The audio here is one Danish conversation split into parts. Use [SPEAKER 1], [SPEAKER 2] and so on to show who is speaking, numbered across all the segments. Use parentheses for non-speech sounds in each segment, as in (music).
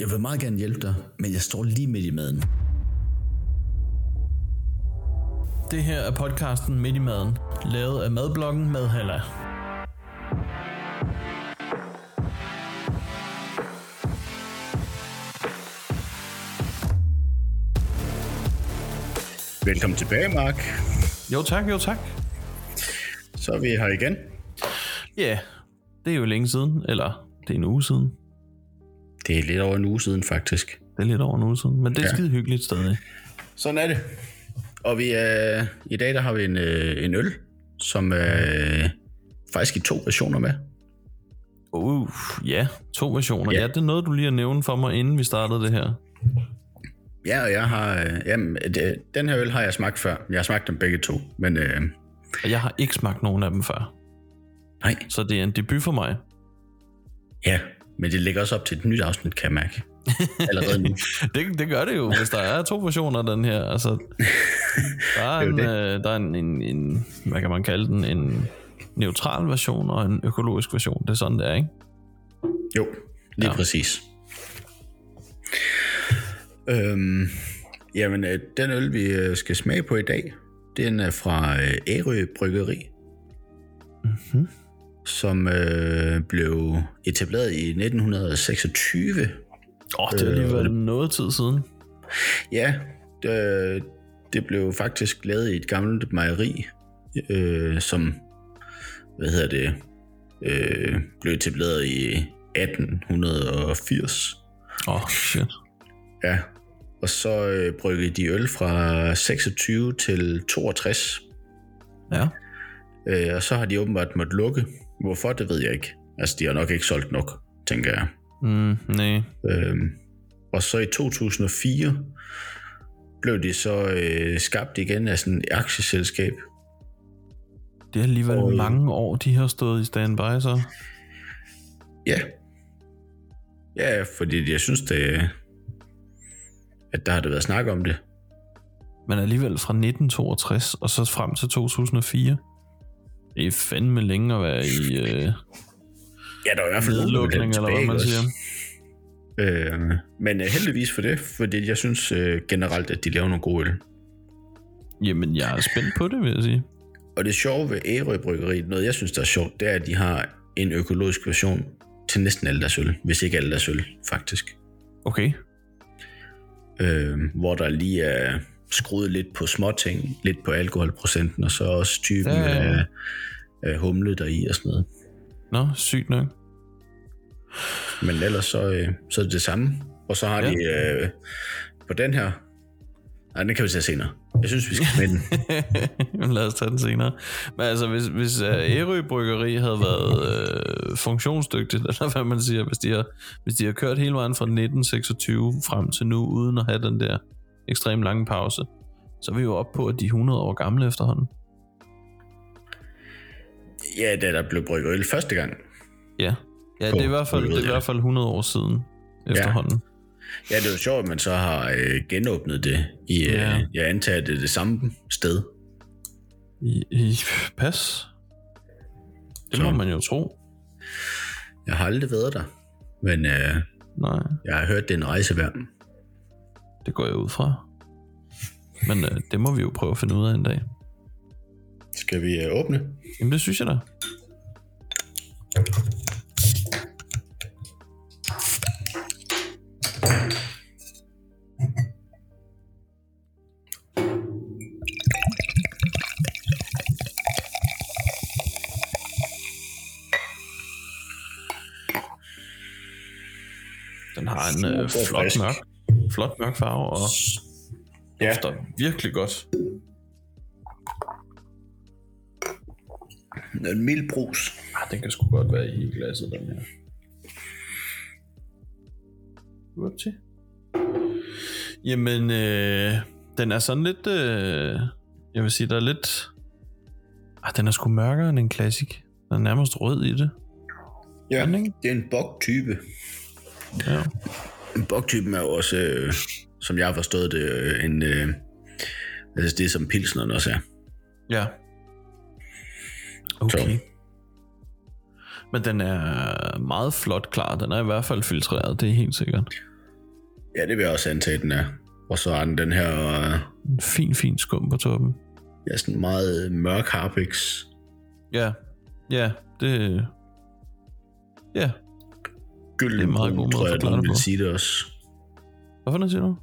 [SPEAKER 1] Jeg vil meget gerne hjælpe dig, men jeg står lige midt i maden.
[SPEAKER 2] Det her er podcasten Midt i Maden, lavet af Madbloggen med Halla.
[SPEAKER 3] Velkommen tilbage, Mark.
[SPEAKER 2] Jo tak, jo tak.
[SPEAKER 3] Så er vi her igen.
[SPEAKER 2] Ja, yeah, det er jo længe siden, eller det er en uge siden.
[SPEAKER 3] Det er lidt over en uge siden, faktisk.
[SPEAKER 2] Det er lidt over en uge siden, men det er ja.
[SPEAKER 3] Ja.
[SPEAKER 2] skide hyggeligt stadig.
[SPEAKER 3] Sådan er det. Og vi er, i dag der har vi en, øh, en øl, som er faktisk i to versioner med.
[SPEAKER 2] Uh, ja, to versioner.
[SPEAKER 3] Ja.
[SPEAKER 2] Ja, det er noget, du lige har nævnt for mig, inden vi startede det her.
[SPEAKER 3] Ja, og jeg har... Øh, jamen, det, den her øl har jeg smagt før. Jeg har smagt dem begge to, men... Øh,
[SPEAKER 2] Og jeg har ikke smagt nogen af dem før,
[SPEAKER 3] nej,
[SPEAKER 2] så det er en debut for mig.
[SPEAKER 3] ja. Men det ligger også op til et nyt afsnit, kan jeg mærke. Allerede nu.
[SPEAKER 2] Det, det gør det jo, hvis der er to versioner af den her. (laughs) Altså, der er,
[SPEAKER 3] Det er jo
[SPEAKER 2] en,
[SPEAKER 3] det.
[SPEAKER 2] øh, der er en, en, en, hvad kan man kalde den, en neutral version og en økologisk version. Det er sådan, det er, ikke?
[SPEAKER 3] Jo, lige
[SPEAKER 2] Ja.
[SPEAKER 3] ja. præcis. Øhm, jamen, øh, den øl, vi øh, skal smage på i dag, den er fra øh, Ærø Bryggeri, mm-hmm. som øh, blev etableret i 1926.
[SPEAKER 2] Åh, oh, det er alligevel noget tid siden.
[SPEAKER 3] Ja, det, det blev faktisk lavet i et gammelt mejeri, øh, som, hvad hedder det, øh, blev etableret i 1880.
[SPEAKER 2] Åh, oh, shit.
[SPEAKER 3] Ja, og så øh, bryggede de øl fra 26 til 62,
[SPEAKER 2] Ja.
[SPEAKER 3] øh, og så har de åbenbart måttet lukke. Hvorfor, det ved jeg ikke. Altså, de har nok ikke solgt nok, tænker jeg.
[SPEAKER 2] Mm, nej.
[SPEAKER 3] Øh, og så i 2004 blev de så øh, skabt igen af sådan et aktieselskab.
[SPEAKER 2] Det er alligevel
[SPEAKER 3] Og-
[SPEAKER 2] mange år, de har stået i standby, så.
[SPEAKER 3] Ja. Ja, fordi jeg synes, det, at der har der været snak om det.
[SPEAKER 2] Men alligevel fra 1962 og så frem til 2004. Det er fandme længe at være i øh,
[SPEAKER 3] Ja, der er i hvert fald nogen, der vil have
[SPEAKER 2] nedlukning,
[SPEAKER 3] det
[SPEAKER 2] eller hvad
[SPEAKER 3] tilbage,
[SPEAKER 2] man
[SPEAKER 3] ikke
[SPEAKER 2] siger.
[SPEAKER 3] også? Øh, men øh, heldigvis for det, fordi jeg synes øh, generelt, at de laver nogle gode øl.
[SPEAKER 2] Jamen, jeg er spændt på det, vil jeg sige.
[SPEAKER 3] Og det sjove ved Ærø Bryggeri, noget jeg synes, der er sjovt, det er, at de har en økologisk version til næsten alle deres øl, hvis ikke alle deres øl, faktisk.
[SPEAKER 2] Okay.
[SPEAKER 3] Øh, hvor der lige er skruet lidt på småting, lidt på alkoholprocenten, og så også typen
[SPEAKER 2] Ja,
[SPEAKER 3] ja,
[SPEAKER 2] ja, ja.
[SPEAKER 3] af, af humle der i og sådan noget.
[SPEAKER 2] Nå, sygt nok.
[SPEAKER 3] Men ellers så, øh, så er det det samme. Og så har
[SPEAKER 2] Ja.
[SPEAKER 3] ja. de øh, på den her... Nej, den kan vi tage senere. Jeg synes, vi
[SPEAKER 2] (laughs)
[SPEAKER 3] skal smage den.
[SPEAKER 2] Jamen, Lad os tage den senere. Men altså, hvis, hvis øh, Ærø Bryggeri havde været øh, funktionsdygtigt, (laughs) eller hvad man siger, hvis de, har, hvis de har kørt hele vejen fra 1926 frem til nu, uden at have den der ekstrem lange pause, så er vi jo oppe på, at de er 100 år gamle efterhånden.
[SPEAKER 3] Ja, da der blev brygget øl første gang.
[SPEAKER 2] Ja, ja det, er i hvert fald, det er i hvert fald 100 år siden efterhånden.
[SPEAKER 3] Ja, det er jo sjovt, at man så har øh, genåbnet det i, øh,
[SPEAKER 2] Ja.
[SPEAKER 3] ja. jeg antager, at det er det samme sted.
[SPEAKER 2] I, i, pas. Det må
[SPEAKER 3] Så.
[SPEAKER 2] man jo tro.
[SPEAKER 3] Jeg har aldrig været der, men øh,
[SPEAKER 2] Nej.
[SPEAKER 3] jeg har hørt, det er en rejse værd.
[SPEAKER 2] Det går jeg ud fra. Men øh, det må vi jo prøve at finde ud af en dag.
[SPEAKER 3] Skal vi øh, åbne?
[SPEAKER 2] Jamen det synes jeg da. Den har en øh,
[SPEAKER 3] Super
[SPEAKER 2] flot,
[SPEAKER 3] frisk.
[SPEAKER 2] mørk, flot mørk farve og
[SPEAKER 3] Ja.
[SPEAKER 2] dufter virkelig godt.
[SPEAKER 3] En mild brus.
[SPEAKER 2] Ah, den kan sgu godt være i glasset, den her. Upti. Jamen, øh, den er sådan lidt... Øh, jeg vil sige, der er lidt... Ah, den er sgu mørkere end en klassik. Den er nærmest rød i det.
[SPEAKER 3] Ja,
[SPEAKER 2] den, ikke?
[SPEAKER 3] det er en bok-type.
[SPEAKER 2] Ja.
[SPEAKER 3] Bok-typen er jo også, øh, som jeg har forstået det, øh, en, øh, altså det er som pilsneren også er.
[SPEAKER 2] ja. Okay. Men den er meget flot klar. Den er i hvert fald filtreret, det er helt sikkert.
[SPEAKER 3] Ja, det vil jeg også antage, den er. Og så har den den her øh,
[SPEAKER 2] En fin, fin skum på toppen.
[SPEAKER 3] ja, sådan meget mørk harpix.
[SPEAKER 2] Ja, ja, det... Ja,
[SPEAKER 3] Gylden
[SPEAKER 2] Det er en meget god
[SPEAKER 3] brun,
[SPEAKER 2] måde
[SPEAKER 3] tror
[SPEAKER 2] at
[SPEAKER 3] jeg,
[SPEAKER 2] forklare
[SPEAKER 3] du
[SPEAKER 2] det
[SPEAKER 3] vil
[SPEAKER 2] på.
[SPEAKER 3] sige det også.
[SPEAKER 2] hvad fanden siger du?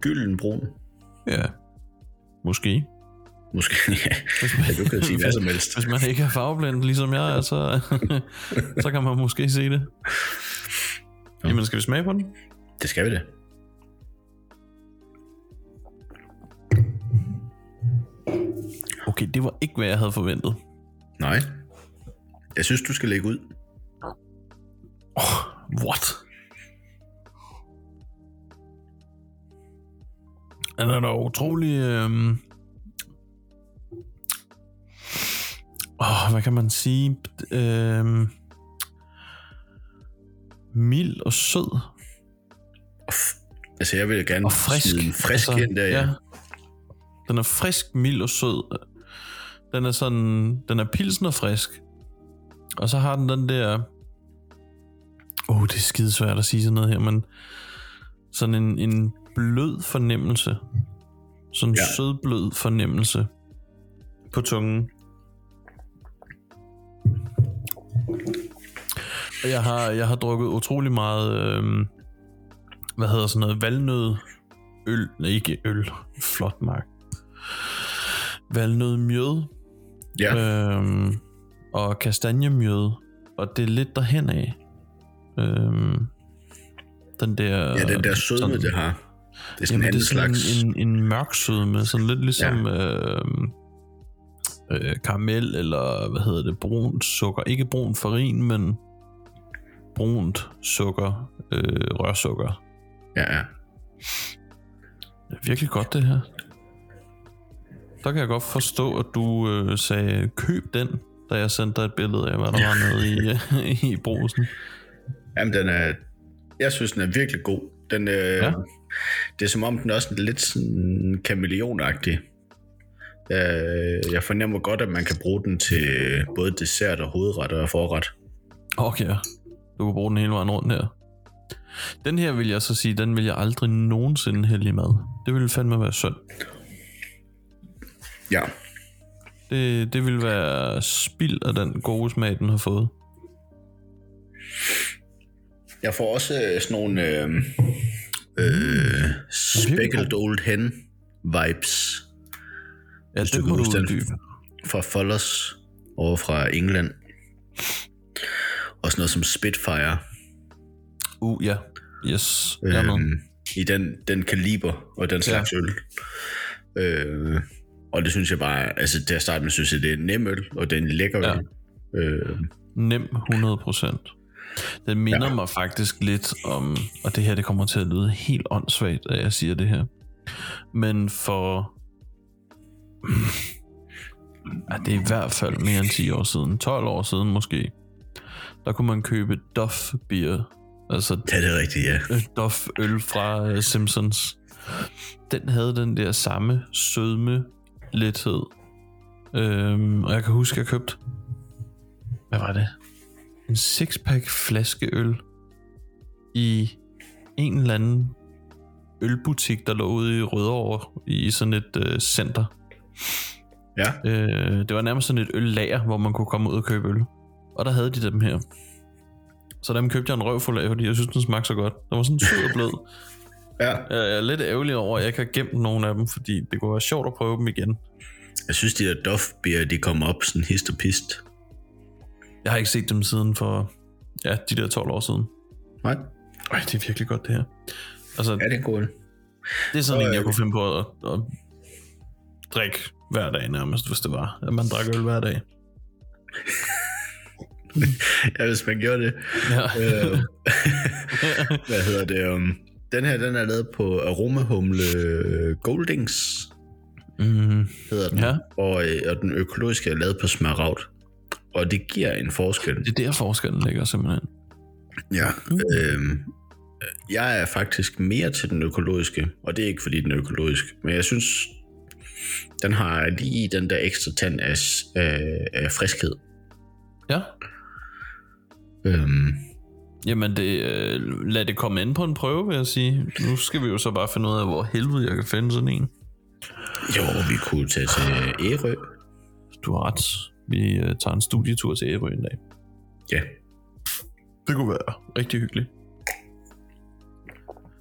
[SPEAKER 3] Gylden brun.
[SPEAKER 2] Ja, måske.
[SPEAKER 3] Måske, (laughs) ja.
[SPEAKER 2] Hvis man,
[SPEAKER 3] ja du kan sige hvad som helst.
[SPEAKER 2] (laughs) Hvis man ikke er farveblind, ligesom jeg er,
[SPEAKER 3] (laughs)
[SPEAKER 2] så, så kan man måske se det.
[SPEAKER 3] Ja.
[SPEAKER 2] Jamen, skal vi smage på den?
[SPEAKER 3] Det skal vi da.
[SPEAKER 2] Okay, det var ikke, hvad jeg havde forventet.
[SPEAKER 3] Nej. Jeg synes, du skal lægge ud.
[SPEAKER 2] Oh, what? Den er da utrolig... Øhm... Oh, hvad kan man sige? Øhm... Mild og sød
[SPEAKER 3] Og f- Altså, jeg vil gerne
[SPEAKER 2] og frisk.
[SPEAKER 3] smide en frisk altså, ind der, ja.
[SPEAKER 2] Den er frisk, mild og sød. Den er sådan, den er pilsen og frisk. Og så har den den der, åh, oh, det er skidesvært at sige sådan noget her, men sådan en, en blød fornemmelse. Sådan en
[SPEAKER 3] Ja.
[SPEAKER 2] ja. sødblød fornemmelse på tungen. Og Jeg har, jeg har drukket utrolig meget, øhm, hvad hedder sådan noget, valnød øl, nej ikke øl, flot mark. Valnød mjød,
[SPEAKER 3] ja.
[SPEAKER 2] øhm, og kastanjemjød, og det er lidt derhen af. Øhm, den der...
[SPEAKER 3] Ja, den der sødme, det har. Det er sådan
[SPEAKER 2] Øh, Jamen,
[SPEAKER 3] en
[SPEAKER 2] det
[SPEAKER 3] anden
[SPEAKER 2] er sådan
[SPEAKER 3] slags...
[SPEAKER 2] en, en, en mørk sødme, sådan lidt ligesom ja. øh, øh, karamel eller hvad hedder det, brunt sukker. Ikke brun farin, men brunt sukker, øh, rørsukker.
[SPEAKER 3] Ja, ja.
[SPEAKER 2] Det er virkelig godt det her. Der kan jeg godt forstå, at du øh, sagde, køb den, da jeg sendte dig et billede af, hvad der var nede i, øh, (laughs) i brusen.
[SPEAKER 3] Jamen, den er... Jeg synes, den er virkelig god. Den, øh, ja.
[SPEAKER 2] Ja.
[SPEAKER 3] Det er som om, den er også lidt sådan kameleonagtig. Øh, jeg fornemmer godt, at man kan bruge den til både dessert og hovedret og forret.
[SPEAKER 2] Okay, du kan bruge den hele vejen rundt her. Den her vil jeg så sige, den vil jeg aldrig nogensinde hælde i mad. Det ville fandme være synd.
[SPEAKER 3] Ja,
[SPEAKER 2] Det, det ville være spild af den gode smag, den har fået.
[SPEAKER 3] jeg får også øh, sådan nogle øh, øh, speckled old hen vibes
[SPEAKER 2] Ja,
[SPEAKER 3] Hvis du
[SPEAKER 2] det
[SPEAKER 3] kan
[SPEAKER 2] må du
[SPEAKER 3] huske den.
[SPEAKER 2] uddybe.
[SPEAKER 3] fra Follers over fra England. Og sådan noget som Spitfire.
[SPEAKER 2] Uh, ja. Yes, jeg er med.
[SPEAKER 3] øhm, i den, den kaliber og den slags ja. øl. Øh, og det synes jeg bare, altså til at starte med, synes jeg, det er en nem øl, og det er en lækker
[SPEAKER 2] Ja.
[SPEAKER 3] øl. Øh,
[SPEAKER 2] Nem 100%. Den minder
[SPEAKER 3] Ja.
[SPEAKER 2] ja. mig faktisk lidt om, og det her det kommer til at lyde helt åndssvagt, at jeg siger det her. Men for... Ja, det er i hvert fald mere end 10 år siden, 12 år siden måske, der kunne man købe Duff Beer, altså
[SPEAKER 3] ja, det er rigtigt, ja.
[SPEAKER 2] Duff øl fra øh, Simpsons. Den havde den der samme sødme lethed. Øhm, og jeg kan huske, jeg købte... Hvad var det? En sixpack flaske øl i en eller anden ølbutik, der lå ude i Rødovre i sådan et øh, center.
[SPEAKER 3] Ja,
[SPEAKER 2] Øh, det var nærmest sådan et øllager, hvor man kunne komme ud og købe øl. Og der havde de dem her. Så dem købte jeg en røvfuld af, fordi jeg synes, den smagte så godt. Den var sådan sød og blød.
[SPEAKER 3] ja.
[SPEAKER 2] Jeg er lidt ærgerlig over, at jeg ikke har gemt nogen af dem, fordi det kunne være sjovt at prøve dem igen.
[SPEAKER 3] Jeg synes, de der Duff-bier, de kommer op sådan hist og pist.
[SPEAKER 2] Jeg har ikke set dem siden for, ja, de der 12 år siden.
[SPEAKER 3] Nej,
[SPEAKER 2] Ej, det er virkelig godt det her. Altså,
[SPEAKER 3] ja, det er en god øl.
[SPEAKER 2] det er sådan
[SPEAKER 3] så
[SPEAKER 2] en,
[SPEAKER 3] er
[SPEAKER 2] jeg
[SPEAKER 3] det-
[SPEAKER 2] kunne finde på at, at drikke hver dag nærmest, hvis det var. At man drak øl hver dag.
[SPEAKER 3] Ja, hvis man gjorde det.
[SPEAKER 2] Ja.
[SPEAKER 3] Øh, (laughs) hvad hedder det? Um, den her, den er lavet på Aromahumle Goldings,
[SPEAKER 2] Mm,
[SPEAKER 3] hedder den.
[SPEAKER 2] Ja.
[SPEAKER 3] Og, øh, og den økologiske er lavet på smaragd. Og det giver en forskel.
[SPEAKER 2] det er der forskellen ligger simpelthen.
[SPEAKER 3] Ja.
[SPEAKER 2] Mm.
[SPEAKER 3] Øhm, jeg er faktisk mere til den økologiske, og det er ikke fordi den er økologisk, men jeg synes, den har lige den der ekstra tand af, s- af, af friskhed.
[SPEAKER 2] Ja,
[SPEAKER 3] Øhm,
[SPEAKER 2] Jamen, det, øh, lad det komme ind på en prøve, vil jeg sige. Nu skal vi jo så bare finde ud af, hvor helvede jeg kan finde sådan en.
[SPEAKER 3] Jo, vi kunne tage til Ærø.
[SPEAKER 2] Du har ret. Vi øh, tager en studietur til Ærø en dag.
[SPEAKER 3] Ja.
[SPEAKER 2] Det kunne være rigtig hyggeligt.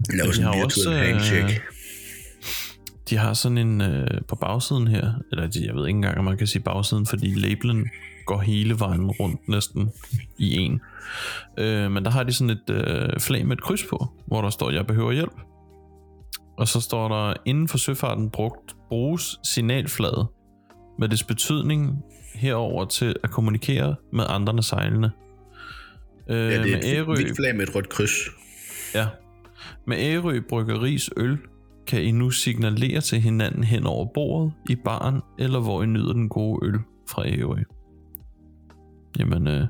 [SPEAKER 3] Lad
[SPEAKER 2] Men
[SPEAKER 3] os
[SPEAKER 2] vi har
[SPEAKER 3] en
[SPEAKER 2] jo også,
[SPEAKER 3] virtuel
[SPEAKER 2] øh,
[SPEAKER 3] handshake.
[SPEAKER 2] De har sådan en øh, på bagsiden her, eller de, jeg ved ikke engang, om man kan sige bagsiden, fordi labelen går hele vejen rundt næsten i en. Øh, men der har de sådan et øh, flag med et kryds på, hvor der står, jeg behøver hjælp. Og så står der, inden for søfarten brugt, bruges signalflaget med dets betydning herover til at kommunikere med andre sejlende. Øh,
[SPEAKER 3] Ja, det er
[SPEAKER 2] med
[SPEAKER 3] et
[SPEAKER 2] Ærø-
[SPEAKER 3] hvidt flag med et rødt kryds.
[SPEAKER 2] Ja. Med Ærø Bryggeris øl kan I nu signalere til hinanden hen over bordet, i baren, eller hvor I nyder den gode øl fra Ærø. Jamen, øh,
[SPEAKER 3] Det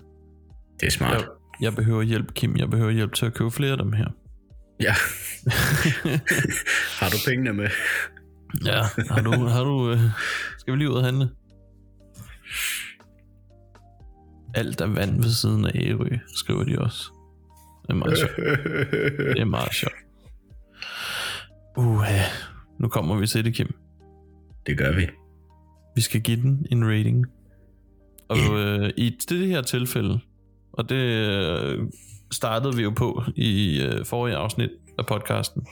[SPEAKER 3] er smart.
[SPEAKER 2] jeg, jeg behøver hjælp, Kim. Jeg behøver hjælp til at købe flere af dem her.
[SPEAKER 3] Ja. (laughs) Har du pengene med?
[SPEAKER 2] Ja, har du... Har du øh, skal vi lige ud og handle? Alt er vand ved siden af Ærø, skriver de også. Det er
[SPEAKER 3] (laughs)
[SPEAKER 2] meget sjovt. Det er meget sjovt. Uh, nu kommer vi til det, Kim.
[SPEAKER 3] det gør vi.
[SPEAKER 2] Vi skal give den en rating. Og øh, i det her tilfælde, og det øh, startede vi jo på i øh, forrige afsnit af podcasten,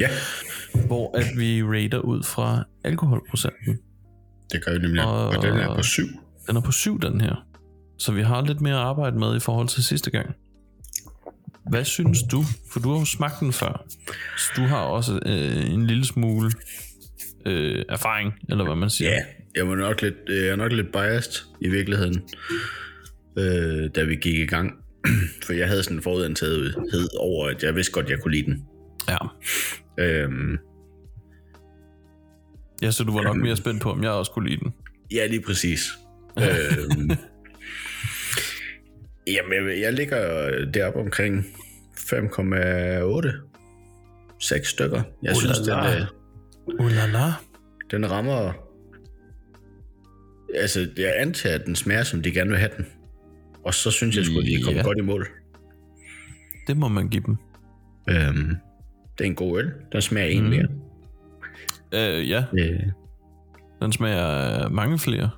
[SPEAKER 3] Ja,
[SPEAKER 2] hvor at vi rater ud fra alkoholprocenten.
[SPEAKER 3] det gør vi nemlig. Og,
[SPEAKER 2] Og-
[SPEAKER 3] og den er på syv.
[SPEAKER 2] Den er på 7, den her. Så vi har lidt mere at arbejde med i forhold til sidste gang. Hvad synes du? For du har jo smagt den før. Så du har også øh, en lille smule øh, erfaring, eller hvad man siger.
[SPEAKER 3] Ja, jeg, var nok lidt, øh, jeg er nok lidt biased i virkeligheden, øh, da vi gik i gang. (clears throat) For jeg havde sådan en forudantagethed over, at jeg vidste godt, jeg kunne lide den.
[SPEAKER 2] ja.
[SPEAKER 3] Øh,
[SPEAKER 2] Ja, så du var nok mere spændt på, om jeg også kunne lide den.
[SPEAKER 3] ja, lige præcis. øh,
[SPEAKER 2] (laughs)
[SPEAKER 3] jamen, jeg, jeg ligger deroppe omkring 5,8. Seks stykker. Jeg
[SPEAKER 2] Oh la
[SPEAKER 3] synes, den,
[SPEAKER 2] la.
[SPEAKER 3] øh,
[SPEAKER 2] Uh, la, la.
[SPEAKER 3] den rammer... Altså, jeg antager, at den smager, som de gerne vil have den. Og så synes jeg sgu, at de er kommet
[SPEAKER 2] Ja.
[SPEAKER 3] godt i mål.
[SPEAKER 2] Det må man give dem.
[SPEAKER 3] Øhm, det er en god øl. Den smager en
[SPEAKER 2] Mm.
[SPEAKER 3] mere.
[SPEAKER 2] Øh, ja,
[SPEAKER 3] Øh,
[SPEAKER 2] den smager af mange flere.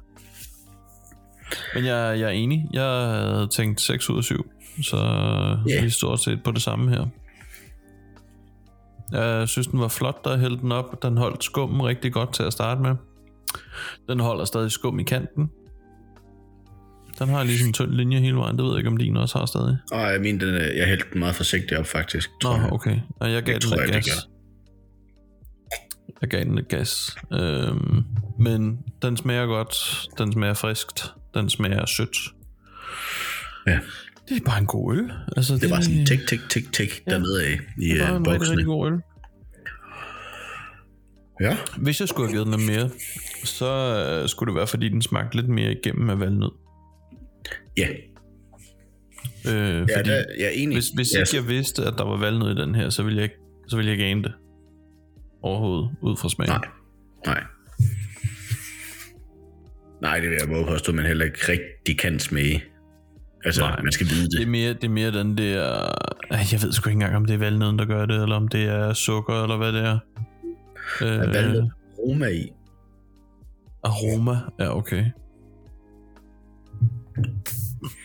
[SPEAKER 2] Men jeg, jeg er enig. Jeg havde tænkt 6 ud af 7. Så
[SPEAKER 3] Ja.
[SPEAKER 2] vi er stort set på det samme her. Jeg synes, den var flot, der hældte den op. Den holdt skummen rigtig godt til at starte med. Den holder stadig skum i kanten. Den har ligesom en tynd linje hele vejen. Det ved jeg ikke, om din også har stadig.
[SPEAKER 3] og jeg mener, den, er- jeg hældte den meget forsigtigt op, faktisk. tror jeg.
[SPEAKER 2] Nå, okay. Og jeg gav
[SPEAKER 3] Det
[SPEAKER 2] den
[SPEAKER 3] tror
[SPEAKER 2] lidt
[SPEAKER 3] jeg, det
[SPEAKER 2] gas. Jeg gav den lidt gas. Øhm, men den smager godt. Den smager friskt. Den smager sødt.
[SPEAKER 3] Ja.
[SPEAKER 2] Det er bare en god øl. Altså,
[SPEAKER 3] Det var sådan tik, tik, tik, tik ja. dernede af i
[SPEAKER 2] det er bare
[SPEAKER 3] øh,
[SPEAKER 2] en rigtig,
[SPEAKER 3] boksene.
[SPEAKER 2] rigtig god øl.
[SPEAKER 3] Ja,
[SPEAKER 2] Hvis jeg skulle have givet den noget mere, så øh, skulle det være, fordi den smagte lidt mere igennem af valnød.
[SPEAKER 3] ja.
[SPEAKER 2] Øh,
[SPEAKER 3] ja
[SPEAKER 2] fordi
[SPEAKER 3] der, jeg er enig.
[SPEAKER 2] hvis, hvis
[SPEAKER 3] ja,
[SPEAKER 2] ikke jeg vidste, at der var valnød i den her, så ville jeg ikke, så ville jeg ikke ane det. Overhovedet, ud fra smagen.
[SPEAKER 3] Nej, nej. Nej, det vil jeg våge påstå, man heller ikke rigtig kan smage. Altså,
[SPEAKER 2] Nej.
[SPEAKER 3] nej. man skal vide
[SPEAKER 2] Det er
[SPEAKER 3] det.
[SPEAKER 2] mere, det er mere den der... Ej, Jeg ved sgu ikke engang, om det er valnøden, der gør det, eller om det er sukker, eller hvad det er. Øh,
[SPEAKER 3] Der er valgt aroma i.
[SPEAKER 2] aroma. Ja, okay.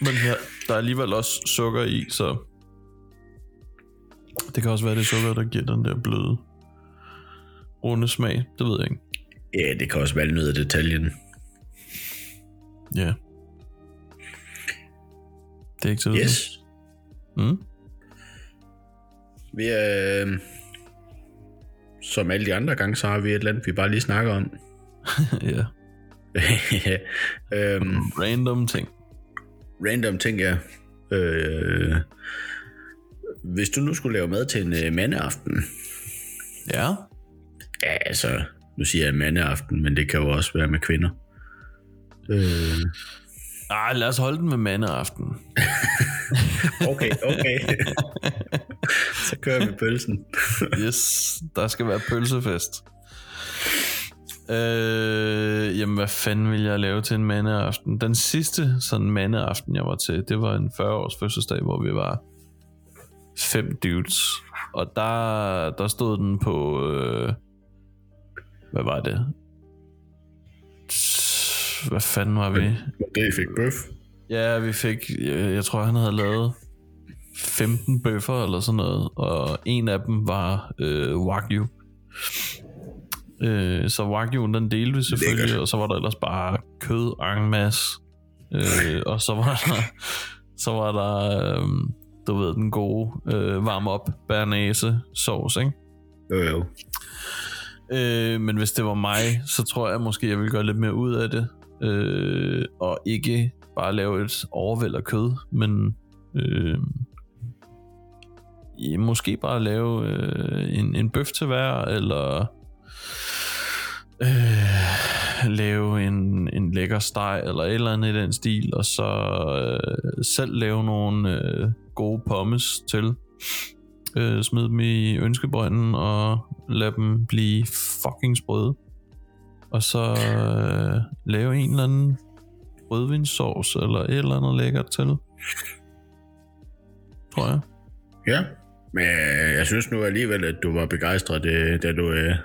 [SPEAKER 2] Men her, der er alligevel også sukker i, så... Det kan også være, det er sukker, der giver den der bløde, runde smag. Det ved jeg ikke.
[SPEAKER 3] Ja, det kan også være noget af detaljen.
[SPEAKER 2] Mhm. Ja. Det er ikke til at vide.
[SPEAKER 3] Yes.
[SPEAKER 2] Mm? (laughs)
[SPEAKER 3] Vi er... Øh, som alle de andre gange, så har vi et eller andet, vi bare lige snakker om. (laughs)
[SPEAKER 2] ja.
[SPEAKER 3] øhm,
[SPEAKER 2] Mhm. Random ting.
[SPEAKER 3] random ting, ja. Øh, hvis du nu skulle lave mad til en øh, mandeaften,
[SPEAKER 2] Ja.
[SPEAKER 3] ja, altså, nu siger jeg mandeaften, men det kan jo også være med kvinder. Øh,
[SPEAKER 2] Ej, lad os holde den med mandeaften.
[SPEAKER 3] okay, okay. (laughs) Så kører vi pølsen.
[SPEAKER 2] Yes, der skal være pølsefest. Øh, jamen, hvad fanden ville jeg lave til en mandeaften? Den sidste sådan mandeaften, jeg var til, det var en 40-års fødselsdag, hvor vi var fem dudes. Og der, der stod den på... Øh, hvad var det? Hvad fanden var vi?
[SPEAKER 3] Og det fik bøf.
[SPEAKER 2] Ja, vi fik... Jeg, jeg tror, han havde lavet 15 bøffer eller sådan noget. Og en af dem var øh, Wagyu. Øh, så Wagyu'en den delte vi selvfølgelig,
[SPEAKER 3] Lækkert.
[SPEAKER 2] og så var der ellers bare kød en masse. Øh, og så var der, så var der øh, du ved, den gode øh, varm op bernæse sovs, ikke?
[SPEAKER 3] Jo, jo.
[SPEAKER 2] Øh, men hvis det var mig, så tror jeg måske, jeg ville gøre lidt mere ud af det. Øh, og ikke bare lave et overvæld af kød, men øh, ja, måske bare lave øh, en, en bøf til hver, eller øh, lave en, en lækker steg, eller et eller andet i den stil, og så øh, selv lave nogle øh, gode pommes til øh, smid dem i ønskebrønden og lad dem blive fucking sprøde. Og så øh, lave en eller anden rødvinssauce eller et eller andet lækkert til. Tror jeg.
[SPEAKER 3] Ja. Men øh, jeg synes nu alligevel, at du var begejstret, øh, da du øh,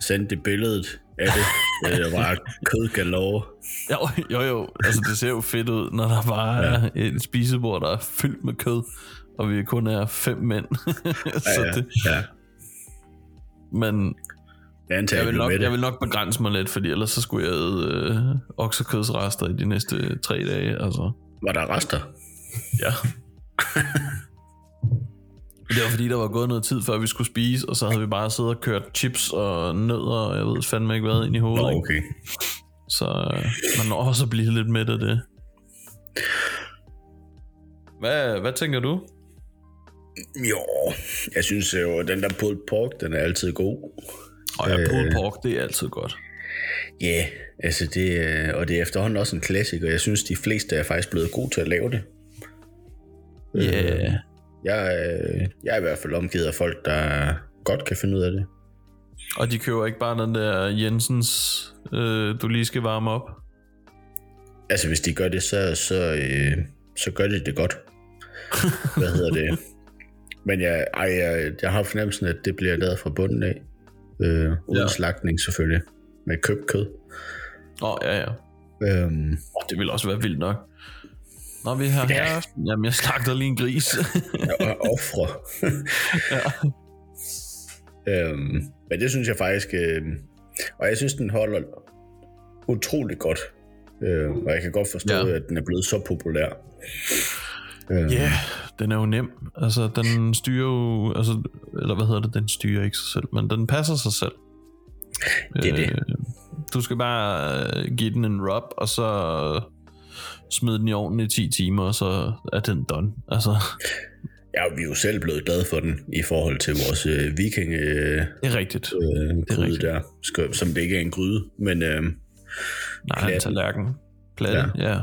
[SPEAKER 3] sendte det billedet af
[SPEAKER 2] (laughs)
[SPEAKER 3] det. Det var kød galore.
[SPEAKER 2] Jo, jo, jo. Altså, det ser jo fedt ud, når der bare ja. er et spisebord, der er fyldt med kød, og vi kun er fem mænd. (laughs) så
[SPEAKER 3] Ja, ja,
[SPEAKER 2] det,
[SPEAKER 3] ja.
[SPEAKER 2] men
[SPEAKER 3] Jeg antager,
[SPEAKER 2] jeg
[SPEAKER 3] at
[SPEAKER 2] vil,
[SPEAKER 3] du er
[SPEAKER 2] nok,
[SPEAKER 3] med
[SPEAKER 2] jeg
[SPEAKER 3] det.
[SPEAKER 2] vil nok begrænse mig lidt, fordi ellers så skulle jeg æde øh, oksekødsrester i de næste tre dage. Altså.
[SPEAKER 3] Var der rester?
[SPEAKER 2] Ja. (laughs) Det var fordi, der var gået noget tid, før vi skulle spise, og så havde vi bare siddet og kørt chips og nødder, og jeg ved fandme ikke hvad, ind i hovedet.
[SPEAKER 3] Nå,
[SPEAKER 2] ikke?
[SPEAKER 3] okay.
[SPEAKER 2] Så øh, man når også at blive lidt med af det. Hvad, hvad tænker du?
[SPEAKER 3] Jo, jeg synes jo, at den der pulled pork, den er altid god.
[SPEAKER 2] Og jeg
[SPEAKER 3] Øh.
[SPEAKER 2] pulled pork, det er altid godt.
[SPEAKER 3] Ja, yeah, altså det, øh, og det er efterhånden også en klassiker. Jeg synes, de fleste er faktisk blevet gode til at lave det. Øh,
[SPEAKER 2] Ja, yeah.
[SPEAKER 3] Jeg, øh, jeg er i hvert fald omgivet af folk, der godt kan finde ud af det.
[SPEAKER 2] og de køber ikke bare den der Jensens, øh, du lige skal varme op.
[SPEAKER 3] Altså hvis de gør det, så, så, øh, så gør de det godt. Hvad hedder det? Men jeg, ej, jeg, jeg har fornemmelsen, at det bliver lavet fra bunden af. Øh, uden
[SPEAKER 2] Ja.
[SPEAKER 3] ja. slagtning selvfølgelig. Med købt kød.
[SPEAKER 2] Åh, oh, ja, ja.
[SPEAKER 3] Øhm,
[SPEAKER 2] Oh, det ville også være vildt nok. Nå, vi har
[SPEAKER 3] Ja.
[SPEAKER 2] ja. Jamen, jeg slagter lige en gris. (laughs)
[SPEAKER 3] og ofre. øhm, men det synes jeg faktisk... Øh, og jeg synes, den holder utrolig godt. Øh, og jeg kan godt forstå,
[SPEAKER 2] Ja.
[SPEAKER 3] ja. at den er blevet så populær. Øh,
[SPEAKER 2] Ja, yeah, den er jo nem. Altså, den styrer jo... Altså, eller hvad hedder det? Den styrer ikke sig selv, men den passer sig selv.
[SPEAKER 3] Det er det.
[SPEAKER 2] Øh, Du skal bare øh, give den en rub, og så smide den i ovnen i 10 timer, og så er den done. Altså,
[SPEAKER 3] Ja, vi er jo selv blevet glade for den i forhold til vores øh, viking øh,
[SPEAKER 2] det er rigtigt.
[SPEAKER 3] øh, gryde
[SPEAKER 2] rigtigt.
[SPEAKER 3] der, Skø- som det ikke er en gryde, men øh,
[SPEAKER 2] Nej, en
[SPEAKER 3] Platten.
[SPEAKER 2] tallerken. Platte, ja. ja.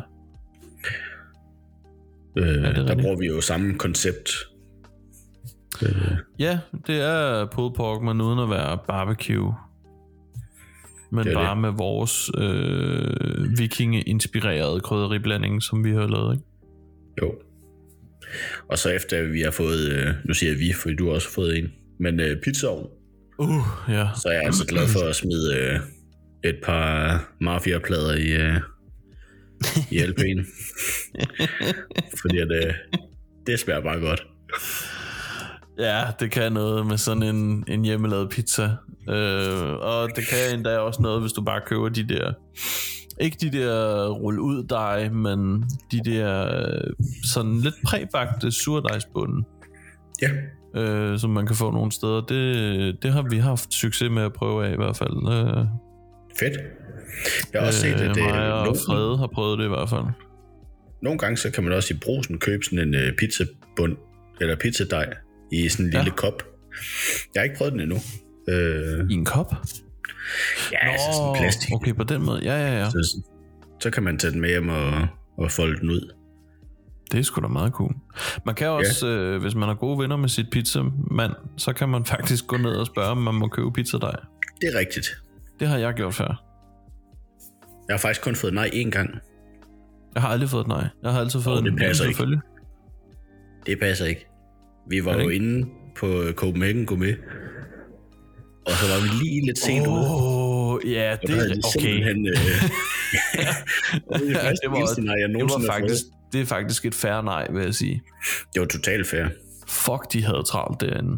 [SPEAKER 3] øh, der
[SPEAKER 2] rigtigt?
[SPEAKER 3] bruger vi jo samme koncept.
[SPEAKER 2] Ja, det er pulled pork, men uden at være barbecue. Men
[SPEAKER 3] Det er
[SPEAKER 2] bare det. med vores øh, vikinge-inspirerede krydderiblanding, som vi har lavet, ikke?
[SPEAKER 3] Jo. Og så efter vi har fået, øh, nu siger jeg vi, fordi du har også fået en, men øh, pizzaovn,
[SPEAKER 2] Uh, ja.
[SPEAKER 3] så er jeg altså glad for at smide øh, et par mafiaplader i, øh, i
[SPEAKER 2] (laughs)
[SPEAKER 3] LP'en. fordi at, øh, det smager bare godt.
[SPEAKER 2] Ja, det kan noget med sådan en, en hjemmelavet pizza. Øh, og det kan endda også noget, hvis du bare køber de der... Ikke de der rulle ud dej, men de der øh, sådan lidt præbagte surdejsbunden,
[SPEAKER 3] Ja.
[SPEAKER 2] øh, som man kan få nogle steder. Det, det har vi haft succes med at prøve af i hvert fald. Øh,
[SPEAKER 3] Fedt. Jeg har også set, at øh, det
[SPEAKER 2] mig og
[SPEAKER 3] nogen-
[SPEAKER 2] Frede har prøvet det i hvert fald.
[SPEAKER 3] Nogle gange så kan man også i brusen købe sådan en øh, pizzabund, eller pizzadej, i sådan en
[SPEAKER 2] Ja.
[SPEAKER 3] lille kop. Jeg har ikke prøvet den endnu. Øh,
[SPEAKER 2] I en kop?
[SPEAKER 3] ja, Nå, altså sådan plastik. Okay.
[SPEAKER 2] okay, på den måde. Ja, ja, ja.
[SPEAKER 3] Så, så kan man tage den med hjem og, og folde den ud.
[SPEAKER 2] Det er sgu da meget cool. Man kan også, ja. øh, hvis man har gode venner med sit pizzamand, så kan man (laughs) faktisk gå ned og spørge, om man må købe pizzadej.
[SPEAKER 3] Det er rigtigt.
[SPEAKER 2] Det har jeg gjort før.
[SPEAKER 3] Jeg har faktisk kun fået nej én gang.
[SPEAKER 2] Jeg har aldrig fået et nej. Jeg har altid fået
[SPEAKER 3] Åh, det
[SPEAKER 2] en
[SPEAKER 3] passer
[SPEAKER 2] ja,
[SPEAKER 3] ikke.
[SPEAKER 2] selvfølgelig.
[SPEAKER 3] Det passer ikke. Vi var jo inde på Copenhagen Gourmet, og så var vi lige lidt sent ude.
[SPEAKER 2] Åh, oh, ja,
[SPEAKER 3] Og
[SPEAKER 2] det
[SPEAKER 3] der
[SPEAKER 2] er
[SPEAKER 3] havde de
[SPEAKER 2] okay.
[SPEAKER 3] simpelthen...
[SPEAKER 2] (laughs)
[SPEAKER 3] Øh, (laughs) det, er det,
[SPEAKER 2] det var-
[SPEAKER 3] var, scenarie, jeg
[SPEAKER 2] Det
[SPEAKER 3] nogensinde
[SPEAKER 2] var
[SPEAKER 3] har
[SPEAKER 2] faktisk,
[SPEAKER 3] fået.
[SPEAKER 2] det er faktisk et færre nej, vil jeg sige.
[SPEAKER 3] det var totalt fair.
[SPEAKER 2] Fuck, de havde travlt derinde.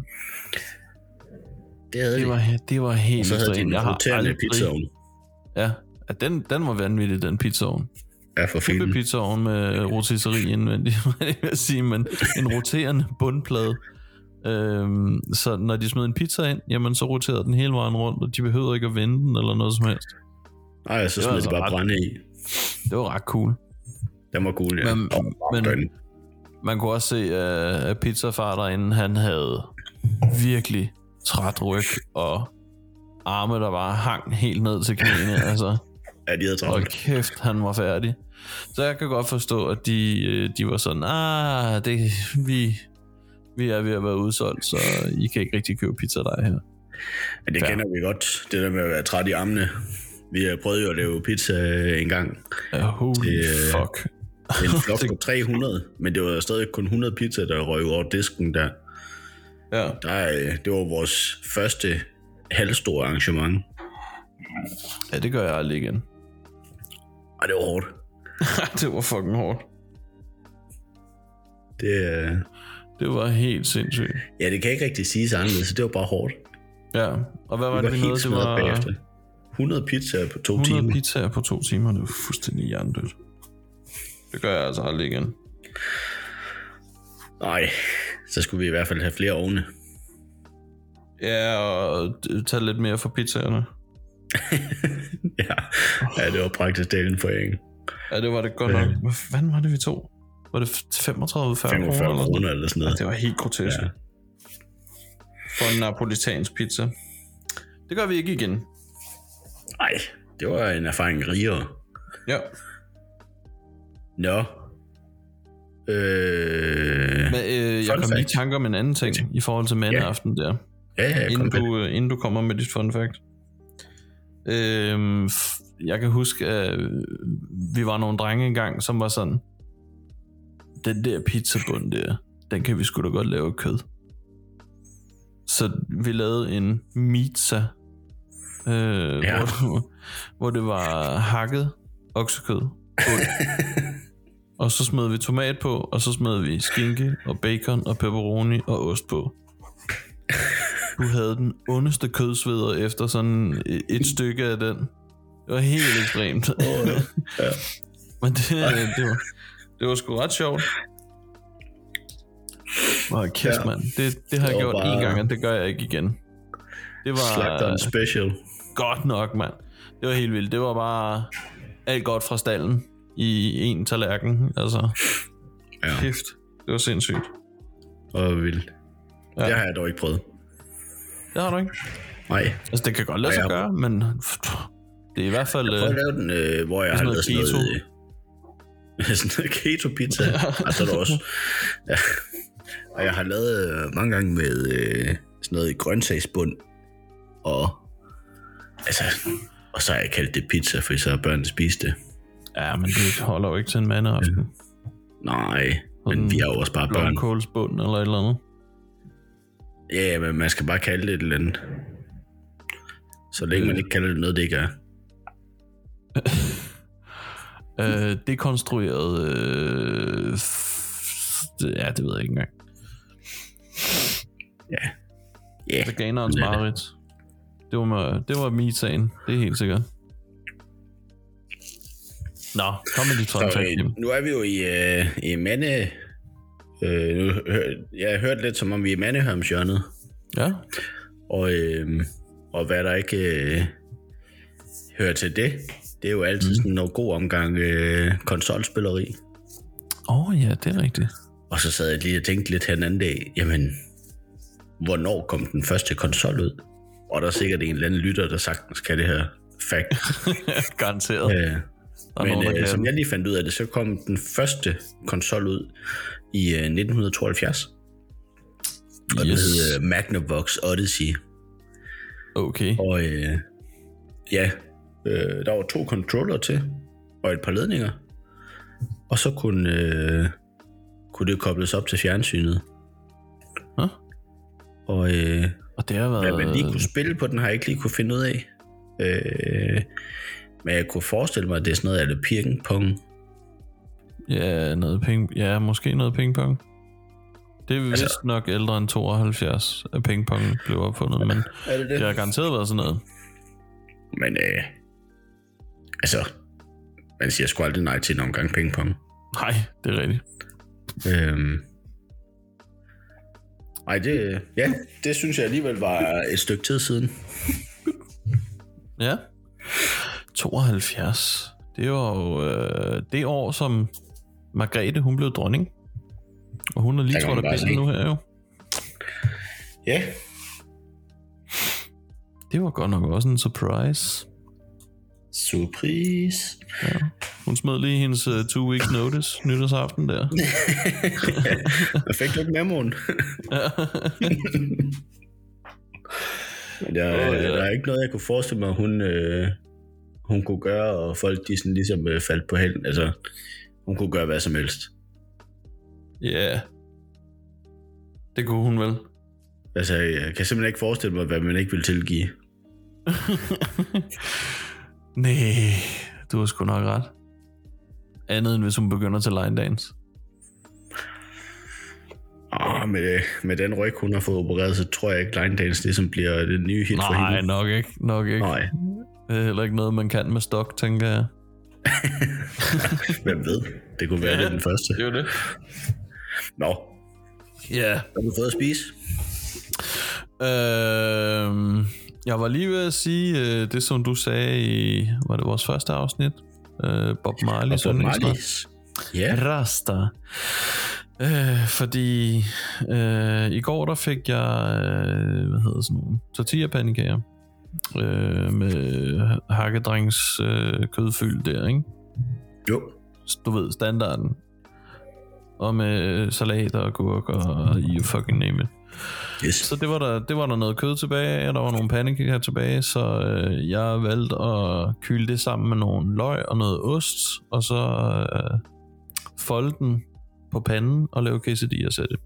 [SPEAKER 3] Det havde
[SPEAKER 2] Det
[SPEAKER 3] de.
[SPEAKER 2] var, det var helt
[SPEAKER 3] Og så havde de
[SPEAKER 2] ekstremt.
[SPEAKER 3] en
[SPEAKER 2] Jeg har
[SPEAKER 3] roterende
[SPEAKER 2] aldrig-
[SPEAKER 3] pizzaovn.
[SPEAKER 2] Ja, ja den, den var vanvittig, den pizzaovn.
[SPEAKER 3] Ja, for
[SPEAKER 2] Kæmpe
[SPEAKER 3] filmen.
[SPEAKER 2] pizzaovn med rotisseri indvendigt, (laughs) var jeg ved at sige, men en roterende bundplade. Øhm, så når de smed en pizza ind, jamen så roterede den hele vejen rundt, og de behøvede ikke at vende den eller noget som helst.
[SPEAKER 3] Nej, så
[SPEAKER 2] Det
[SPEAKER 3] smed
[SPEAKER 2] var
[SPEAKER 3] de
[SPEAKER 2] altså
[SPEAKER 3] bare
[SPEAKER 2] ret-
[SPEAKER 3] brænde i.
[SPEAKER 2] Det var ret cool.
[SPEAKER 3] Den var cool, ja.
[SPEAKER 2] Men-
[SPEAKER 3] Og
[SPEAKER 2] men-
[SPEAKER 3] den.
[SPEAKER 2] Man kunne også se, øh, at pizzafar derinde, han havde virkelig træt ryg, og arme, der bare hang helt ned til knæene. altså,
[SPEAKER 3] Ja, de havde
[SPEAKER 2] hold
[SPEAKER 3] travlt.
[SPEAKER 2] kæft, han var færdig. Så jeg kan godt forstå, at de, øh, de var sådan, ah, det, vi, vi er ved at være udsolgt, så I kan ikke rigtig købe pizza dig her.
[SPEAKER 3] Men det
[SPEAKER 2] Fair.
[SPEAKER 3] kender vi godt, det der med at være træt i armene. Vi øh, prøvede jo at lave pizza øh, en gang.
[SPEAKER 2] Ja, holy
[SPEAKER 3] Det, øh,
[SPEAKER 2] fuck. (laughs)
[SPEAKER 3] En flok på 300, men det var stadig kun 100 pizza, der røg over disken der.
[SPEAKER 2] Ja.
[SPEAKER 3] der øh, det var vores første halvstore arrangement,
[SPEAKER 2] ja, det gør jeg aldrig igen. (laughs) Ah,
[SPEAKER 3] og det var hårdt.
[SPEAKER 2] det var fucking hårdt.
[SPEAKER 3] Det, øh,
[SPEAKER 2] Det var helt sindssygt.
[SPEAKER 3] ja, det kan ikke rigtig siges anderledes, så det var bare hårdt.
[SPEAKER 2] Ja, og hvad var
[SPEAKER 3] Vi
[SPEAKER 2] det,
[SPEAKER 3] var
[SPEAKER 2] vi nåede?
[SPEAKER 3] helt
[SPEAKER 2] Det
[SPEAKER 3] smadret
[SPEAKER 2] var...
[SPEAKER 3] bagefter. 100 pizzaer på to
[SPEAKER 2] 100
[SPEAKER 3] timer.
[SPEAKER 2] pizzaer på to timer, det er fuldstændig hjernedødt. Det gør jeg altså aldrig igen.
[SPEAKER 3] Nej, så skulle vi i hvert fald have flere ovne. (laughs)
[SPEAKER 2] Ja, og d- tage lidt mere for pizzaerne.
[SPEAKER 3] ja. ja, det var praktisk delen for en.
[SPEAKER 2] Ja, det var det godt nok.
[SPEAKER 3] Øh.
[SPEAKER 2] Hvad fanden var det, vi tog? Var det 35 40 kroner?
[SPEAKER 3] 45
[SPEAKER 2] eller sådan
[SPEAKER 3] kroner eller sådan
[SPEAKER 2] noget?
[SPEAKER 3] noget.
[SPEAKER 2] Det var helt grotesk. Ja.
[SPEAKER 3] Ja.
[SPEAKER 2] For en napolitansk pizza. Det gør vi ikke igen.
[SPEAKER 3] Nej, det var en erfaring rigere.
[SPEAKER 2] Ja,
[SPEAKER 3] Nå. Øh,
[SPEAKER 2] men øh, jeg
[SPEAKER 3] Fun
[SPEAKER 2] kom lige
[SPEAKER 3] fact.
[SPEAKER 2] i tanke om en anden ting i forhold til mandeaften der.
[SPEAKER 3] ja, ja, kom
[SPEAKER 2] inden,
[SPEAKER 3] med.
[SPEAKER 2] du, øh, inden du kommer med dit fun fact. Øhm, f- jeg kan huske, at øh, vi var nogle drenge engang, som var sådan, den der pizzabund der, den kan vi sgu da godt lave af kød. Så vi lavede en pizza, øh, ja.
[SPEAKER 3] Ja.
[SPEAKER 2] hvor, hvor det var hakket oksekød, bund, og så smed vi tomat på, og så smed vi skinke og bacon og pepperoni og ost på. Du havde den ondeste kødsveder efter sådan et- et stykke af den. Det var helt ekstremt.
[SPEAKER 3] ja.
[SPEAKER 2] (laughs) Men det, øh, det, var, det var sgu ret sjovt. Hvor kæft,
[SPEAKER 3] Ja.
[SPEAKER 2] ja. mand. Det, det har jeg
[SPEAKER 3] Det var
[SPEAKER 2] gjort
[SPEAKER 3] bare-
[SPEAKER 2] én gang, og det gør jeg ikke igen. Det var
[SPEAKER 3] Slagteren special.
[SPEAKER 2] godt nok, mand. Det var helt vildt. Det var bare alt godt fra stallen i en tallerken. Altså,
[SPEAKER 3] Ja.
[SPEAKER 2] kæft. Det var sindssygt.
[SPEAKER 3] Og vildt.
[SPEAKER 2] Ja.
[SPEAKER 3] Ja. Det har jeg dog ikke prøvet.
[SPEAKER 2] Det har du ikke.
[SPEAKER 3] Nej.
[SPEAKER 2] Altså, det kan godt lade sig
[SPEAKER 3] Ja, jeg-
[SPEAKER 2] gøre, men det er i hvert fald...
[SPEAKER 3] Jeg prøvede at lave den, øh, hvor jeg
[SPEAKER 2] Det
[SPEAKER 3] har
[SPEAKER 2] er
[SPEAKER 3] lavet
[SPEAKER 2] sådan
[SPEAKER 3] sådan
[SPEAKER 2] noget
[SPEAKER 3] noget... øh, (laughs) sådan noget keto-pizza. Og så er der også... Ja. Og jeg har lavet øh, mange gange med øh, sådan noget grøntsagsbund. Og... Altså... Og så har jeg kaldt det pizza, fordi så har børnene spist det.
[SPEAKER 2] Ja, men det holder jo ikke til en mandeaften.
[SPEAKER 3] Nej, men vi er jo også bare børn.
[SPEAKER 2] Blomkålsbund eller et eller andet.
[SPEAKER 3] Ja, ja, men man skal bare kalde det et eller andet. Så længe man ikke kalder det noget, det ikke er.
[SPEAKER 2] Øh, dekonstrueret... Øh, f- det- ja, det ved jeg ikke engang.
[SPEAKER 3] Ja,
[SPEAKER 2] Veganerens
[SPEAKER 3] Ja.
[SPEAKER 2] mareridt. Det var, med, det var min sagen. Det er helt sikkert. Nå, kom med dit fun
[SPEAKER 3] så,
[SPEAKER 2] fact,
[SPEAKER 3] øh,
[SPEAKER 2] Kim.
[SPEAKER 3] nu er vi jo i, øh, i mande... Øh, nu, hør, jeg har hørt lidt, som om vi er i mandehørmshjørnet.
[SPEAKER 2] Ja,
[SPEAKER 3] Og, øh, og hvad der ikke øh, hører til det, det er jo altid mm. sådan noget god omgang øh, konsolspilleri.
[SPEAKER 2] åh oh, ja, det er rigtigt.
[SPEAKER 3] Og så sad jeg lige og tænkte lidt her den anden dag, jamen, hvornår kom den første konsol ud? Og der er sikkert en eller anden lytter, der sagtens kan det her
[SPEAKER 2] (laughs)
[SPEAKER 3] fact.
[SPEAKER 2] (laughs) Garanteret. Ja,
[SPEAKER 3] Øh,
[SPEAKER 2] der er
[SPEAKER 3] Men
[SPEAKER 2] nogen, der
[SPEAKER 3] øh,
[SPEAKER 2] kan.
[SPEAKER 3] som jeg lige fandt ud af det, så kom den første konsol ud i øh, 1972. Og yes. den hed
[SPEAKER 2] yes.
[SPEAKER 3] øh, Magnavox Odyssey.
[SPEAKER 2] Okay.
[SPEAKER 3] Og øh, ja, øh, der var to controller til, og et par ledninger. Og så kunne, øh, kunne det kobles op til fjernsynet. Og øh,
[SPEAKER 2] Og det har været...
[SPEAKER 3] hvad man lige kunne spille på den, har jeg ikke lige kunne finde ud af. Øh, men jeg kunne forestille mig, at det er sådan noget af det pirken pong.
[SPEAKER 2] Ja, noget ping, ja, måske noget pingpong. Det er vist altså, nok ældre end 72, at pingpong blev opfundet, men
[SPEAKER 3] Er det
[SPEAKER 2] det har garanteret været sådan noget.
[SPEAKER 3] Men øh, altså, man siger sgu aldrig nej til en omgang pingpong.
[SPEAKER 2] Nej, det er rigtigt.
[SPEAKER 3] Øhm. Ej, det, ja, det synes jeg alligevel var et stykke tid siden.
[SPEAKER 2] Ja. 72. Det var jo øh, det år, som Margrethe, hun blev dronning. Og hun er lige
[SPEAKER 3] Der kan
[SPEAKER 2] trådt
[SPEAKER 3] man bare
[SPEAKER 2] af pinden
[SPEAKER 3] se.
[SPEAKER 2] nu her jo.
[SPEAKER 3] Ja,
[SPEAKER 2] Det var godt nok også en surprise.
[SPEAKER 3] surprise.
[SPEAKER 2] Hun smed lige hendes uh, two weeks notice nytårsaften der.
[SPEAKER 3] Jeg fik lidt memoen. Men der,
[SPEAKER 2] Åh, ja.
[SPEAKER 3] der er ikke noget, jeg kunne forestille mig, hun, øh, hun kunne gøre, og folk de sådan ligesom øh, faldt på hælden. Altså, hun kunne gøre hvad som helst.
[SPEAKER 2] Ja. yeah. Det kunne hun vel.
[SPEAKER 3] Altså, jeg kan simpelthen ikke forestille mig, hvad man ikke vil tilgive.
[SPEAKER 2] Nej, du har sgu nok ret. Andet end hvis hun begynder til line dance.
[SPEAKER 3] Arh, med, med den ryg, hun har fået opereret, så tror jeg ikke, Line Dance ligesom bliver det nye hit for
[SPEAKER 2] Nej,
[SPEAKER 3] hende.
[SPEAKER 2] nok ikke. Nok ikke.
[SPEAKER 3] Nej,
[SPEAKER 2] Det er heller ikke noget, man kan med stok, tænker jeg.
[SPEAKER 3] hvem ved? Det kunne være, det er den første.
[SPEAKER 2] er jo det.
[SPEAKER 3] Nå,
[SPEAKER 2] Ja.
[SPEAKER 3] har du fået at spise?
[SPEAKER 2] Øhm, jeg var lige ved at sige øh, det, som du sagde i... Var det vores første afsnit? Øh, Bob Marley.
[SPEAKER 3] Og Bob
[SPEAKER 2] yndlingsret.
[SPEAKER 3] Marley's. Ja,
[SPEAKER 2] Rasta. Øh, fordi øh, i går der fik jeg, øh, hvad hedder sådan nogle, tortilla-pandekager øh, med hakkedrengs øh, kødfyld der, ikke?
[SPEAKER 3] jo.
[SPEAKER 2] Du ved, standarden. Og med salat og agurk og you fucking name it.
[SPEAKER 3] Yes.
[SPEAKER 2] Så det var der, det var der noget kød tilbage, og der var nogle pandekager tilbage, så øh, jeg valgte at kylde det sammen med nogle løg og noget ost, og så øh, folde den på panden og lave quesadillas af det.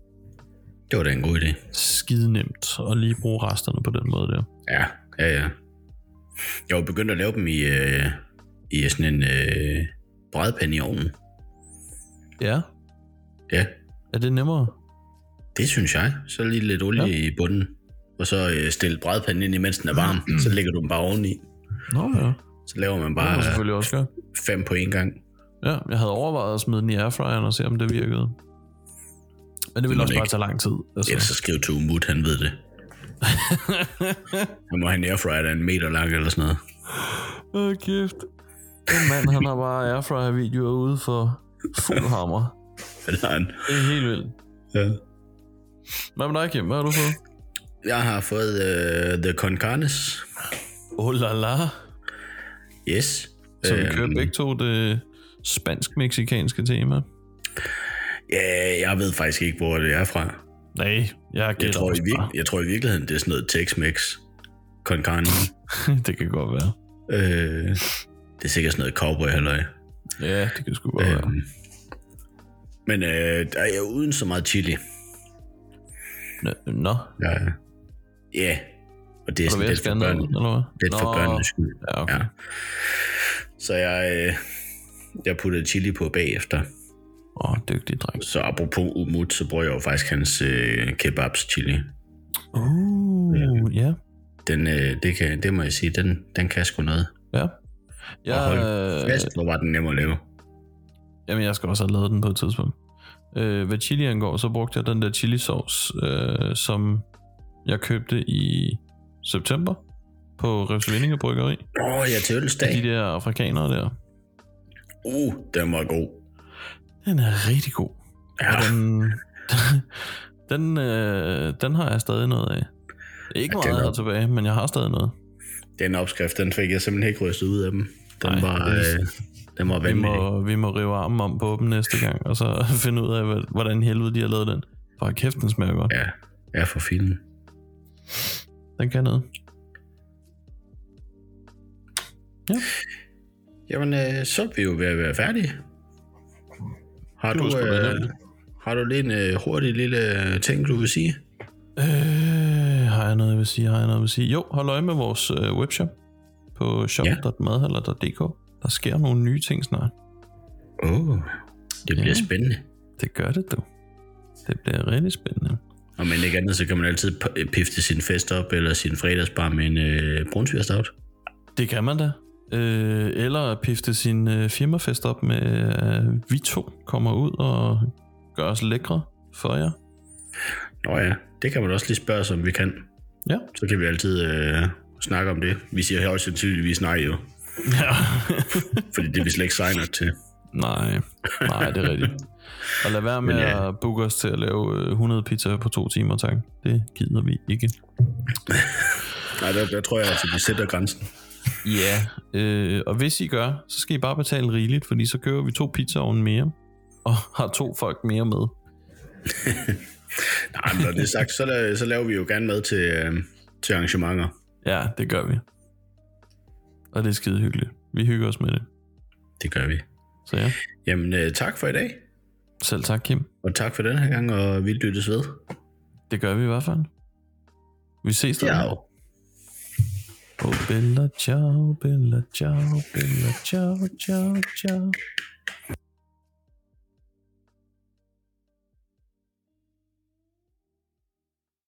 [SPEAKER 3] Det var da en god idé.
[SPEAKER 2] Skide nemt at lige bruge resterne på den måde der.
[SPEAKER 3] Ja, ja, ja. Jeg var begyndt at lave dem i, øh, i sådan en øh, brædpande i ovnen.
[SPEAKER 2] Ja,
[SPEAKER 3] Ja,
[SPEAKER 2] er det nemmere?
[SPEAKER 3] det synes jeg. Så lige lidt olie ja. i bunden. Og så øh, stille brædpanden ind, imens den er varm. så lægger du den bare oveni.
[SPEAKER 2] Nå ja, det
[SPEAKER 3] Så laver man
[SPEAKER 2] kan man
[SPEAKER 3] bare
[SPEAKER 2] selvfølgelig også gøre.
[SPEAKER 3] fem på en gang.
[SPEAKER 2] Ja, jeg havde overvejet at smide den i airfryeren og se, om det virkede. Men det ville
[SPEAKER 3] må
[SPEAKER 2] også
[SPEAKER 3] det
[SPEAKER 2] bare
[SPEAKER 3] ikke.
[SPEAKER 2] tage lang tid. Altså.
[SPEAKER 3] Ellers så skriv til Umut, han ved det. Han må have en airfryer, der er en meter lang eller sådan noget.
[SPEAKER 2] Åh, oh, kæft. Den mand, han har bare airfryer-videoer ude for fuld hammer.
[SPEAKER 3] Ja, det har han.
[SPEAKER 2] Det er helt vildt.
[SPEAKER 3] Ja.
[SPEAKER 2] Hvad med dig, Kim? Hvad har du fået?
[SPEAKER 3] Jeg har fået uh, The Con Carnes.
[SPEAKER 2] Oh la la.
[SPEAKER 3] Yes.
[SPEAKER 2] Så vi
[SPEAKER 3] Øhm,
[SPEAKER 2] kører begge to det spansk-meksikanske tema.
[SPEAKER 3] Ja, jeg ved faktisk ikke, hvor det er fra.
[SPEAKER 2] Nej, jeg
[SPEAKER 3] Jeg
[SPEAKER 2] gætter
[SPEAKER 3] tror, i
[SPEAKER 2] også
[SPEAKER 3] vir- jeg tror i virkeligheden, det er sådan noget Tex-Mex. Con Carne.
[SPEAKER 2] bare. (laughs) Det kan godt være.
[SPEAKER 3] øh, det er sikkert sådan noget cowboy halløj.
[SPEAKER 2] Ja, det kan sgu godt være.
[SPEAKER 3] Øhm. Men øh, der er jo uden så meget chili.
[SPEAKER 2] Nå, Nå.
[SPEAKER 3] Ja. Ja. Og det er
[SPEAKER 2] er
[SPEAKER 3] sådan
[SPEAKER 2] du ved at
[SPEAKER 3] lidt for
[SPEAKER 2] skære ned,
[SPEAKER 3] børnene.
[SPEAKER 2] eller hvad?
[SPEAKER 3] Lidt for
[SPEAKER 2] Nå,
[SPEAKER 3] børnenes skyld.
[SPEAKER 2] Ja, okay.
[SPEAKER 3] Ja. Så jeg, øh, jeg puttede chili på bagefter.
[SPEAKER 2] Åh, oh, dygtig dreng.
[SPEAKER 3] Så apropos Umut, så bruger jeg jo faktisk hans øh, kebabs chili.
[SPEAKER 2] Uh, ja.
[SPEAKER 3] Den, øh, det, kan, det må jeg sige, den, den kan sgu noget.
[SPEAKER 2] Ja. Jeg,
[SPEAKER 3] Og
[SPEAKER 2] øh,
[SPEAKER 3] Fast, hvor var den nem at lave.
[SPEAKER 2] Jamen, jeg skal også have lavet den på et tidspunkt. Øh, hvad chili angår, så brugte jeg den der chili sauce, øh, som jeg købte i september på Revsvindinge Bryggeri.
[SPEAKER 3] Åh, oh, jeg til ølsdag.
[SPEAKER 2] De der afrikanere der.
[SPEAKER 3] Uh, den var god.
[SPEAKER 2] Den er rigtig god.
[SPEAKER 3] Ja,
[SPEAKER 2] Og den, (laughs) den, øh, den har jeg stadig noget af. Ikke
[SPEAKER 3] Ja, det
[SPEAKER 2] meget
[SPEAKER 3] er
[SPEAKER 2] jeg har
[SPEAKER 3] nok.
[SPEAKER 2] tilbage, men jeg har stadig noget.
[SPEAKER 3] den opskrift, den fik jeg simpelthen ikke rystet ud af dem. Den
[SPEAKER 2] Nej,
[SPEAKER 3] var,
[SPEAKER 2] det er-
[SPEAKER 3] øh, den var
[SPEAKER 2] Vi
[SPEAKER 3] vanvittig.
[SPEAKER 2] må, vi må rive armen om på dem næste gang, og så (laughs) finde ud af, hvad- hvordan helvede de har lavet den. For kæft, den smager godt.
[SPEAKER 3] Ja, ja, for filen.
[SPEAKER 2] Den kan noget.
[SPEAKER 3] Jamen, øh, så er vi jo ved at være færdige. Har
[SPEAKER 2] Det
[SPEAKER 3] du,
[SPEAKER 2] var sgu da
[SPEAKER 3] øh,
[SPEAKER 2] nemt.
[SPEAKER 3] har du lige en øh, hurtig lille øh, ting, du vil sige?
[SPEAKER 2] Øh, jeg noget, jeg vil sige? Har jeg noget, jeg vil sige? Jo, hold øje med vores øh, webshop på shop.madhaller.dk. Der sker nogle nye ting snart.
[SPEAKER 3] Åh, oh, det bliver
[SPEAKER 2] Ja.
[SPEAKER 3] spændende.
[SPEAKER 2] Det gør det, du. Det bliver rigtig spændende.
[SPEAKER 3] Og men ikke andet, så kan man altid p- pifte sin fest op, eller sin fredagsbar med en øh, brunsvigerstout.
[SPEAKER 2] Det kan man da. Øh, eller pifte sin øh, firmafest op med, øh, vi to kommer ud og gør os lækre for jer.
[SPEAKER 3] Nå ja, det kan man også lige spørge os, om vi kan.
[SPEAKER 2] Ja.
[SPEAKER 3] Så kan vi altid øh, snakke om det. Vi siger højst sandsynligvis nej jo,
[SPEAKER 2] ja.
[SPEAKER 3] (laughs) fordi det er vi slet ikke sej nok til.
[SPEAKER 2] nej, nej, det er rigtigt. Og lad
[SPEAKER 3] (laughs)
[SPEAKER 2] være med
[SPEAKER 3] Men ja.
[SPEAKER 2] ja. at booke os til at lave øh, 100 pizzaer på to timer, tak. Det gider vi ikke.
[SPEAKER 3] Nej, der, der tror jeg altså, vi sætter grænsen.
[SPEAKER 2] Ja, øh, og hvis I gør, så skal I bare betale rigeligt, fordi så kører vi to pizzaovne mere, og (laughs) har to folk mere med.
[SPEAKER 3] Nej, men når det er sagt, så, la- så laver vi jo gerne mad til, øh, til arrangementer.
[SPEAKER 2] Ja, det gør vi. Og det er skide hyggeligt. Vi hygger os med det.
[SPEAKER 3] Det gør vi.
[SPEAKER 2] Så ja,
[SPEAKER 3] Jamen, øh, tak for i dag.
[SPEAKER 2] selv tak Kim.
[SPEAKER 3] Og tak for den her gang, og vi lyttes ved.
[SPEAKER 2] Det gør vi i hvert fald. Vi ses der.
[SPEAKER 3] Ciao.
[SPEAKER 2] Oh, Bella, ciao, Bella, ciao, Bella, ciao, ciao, ciao.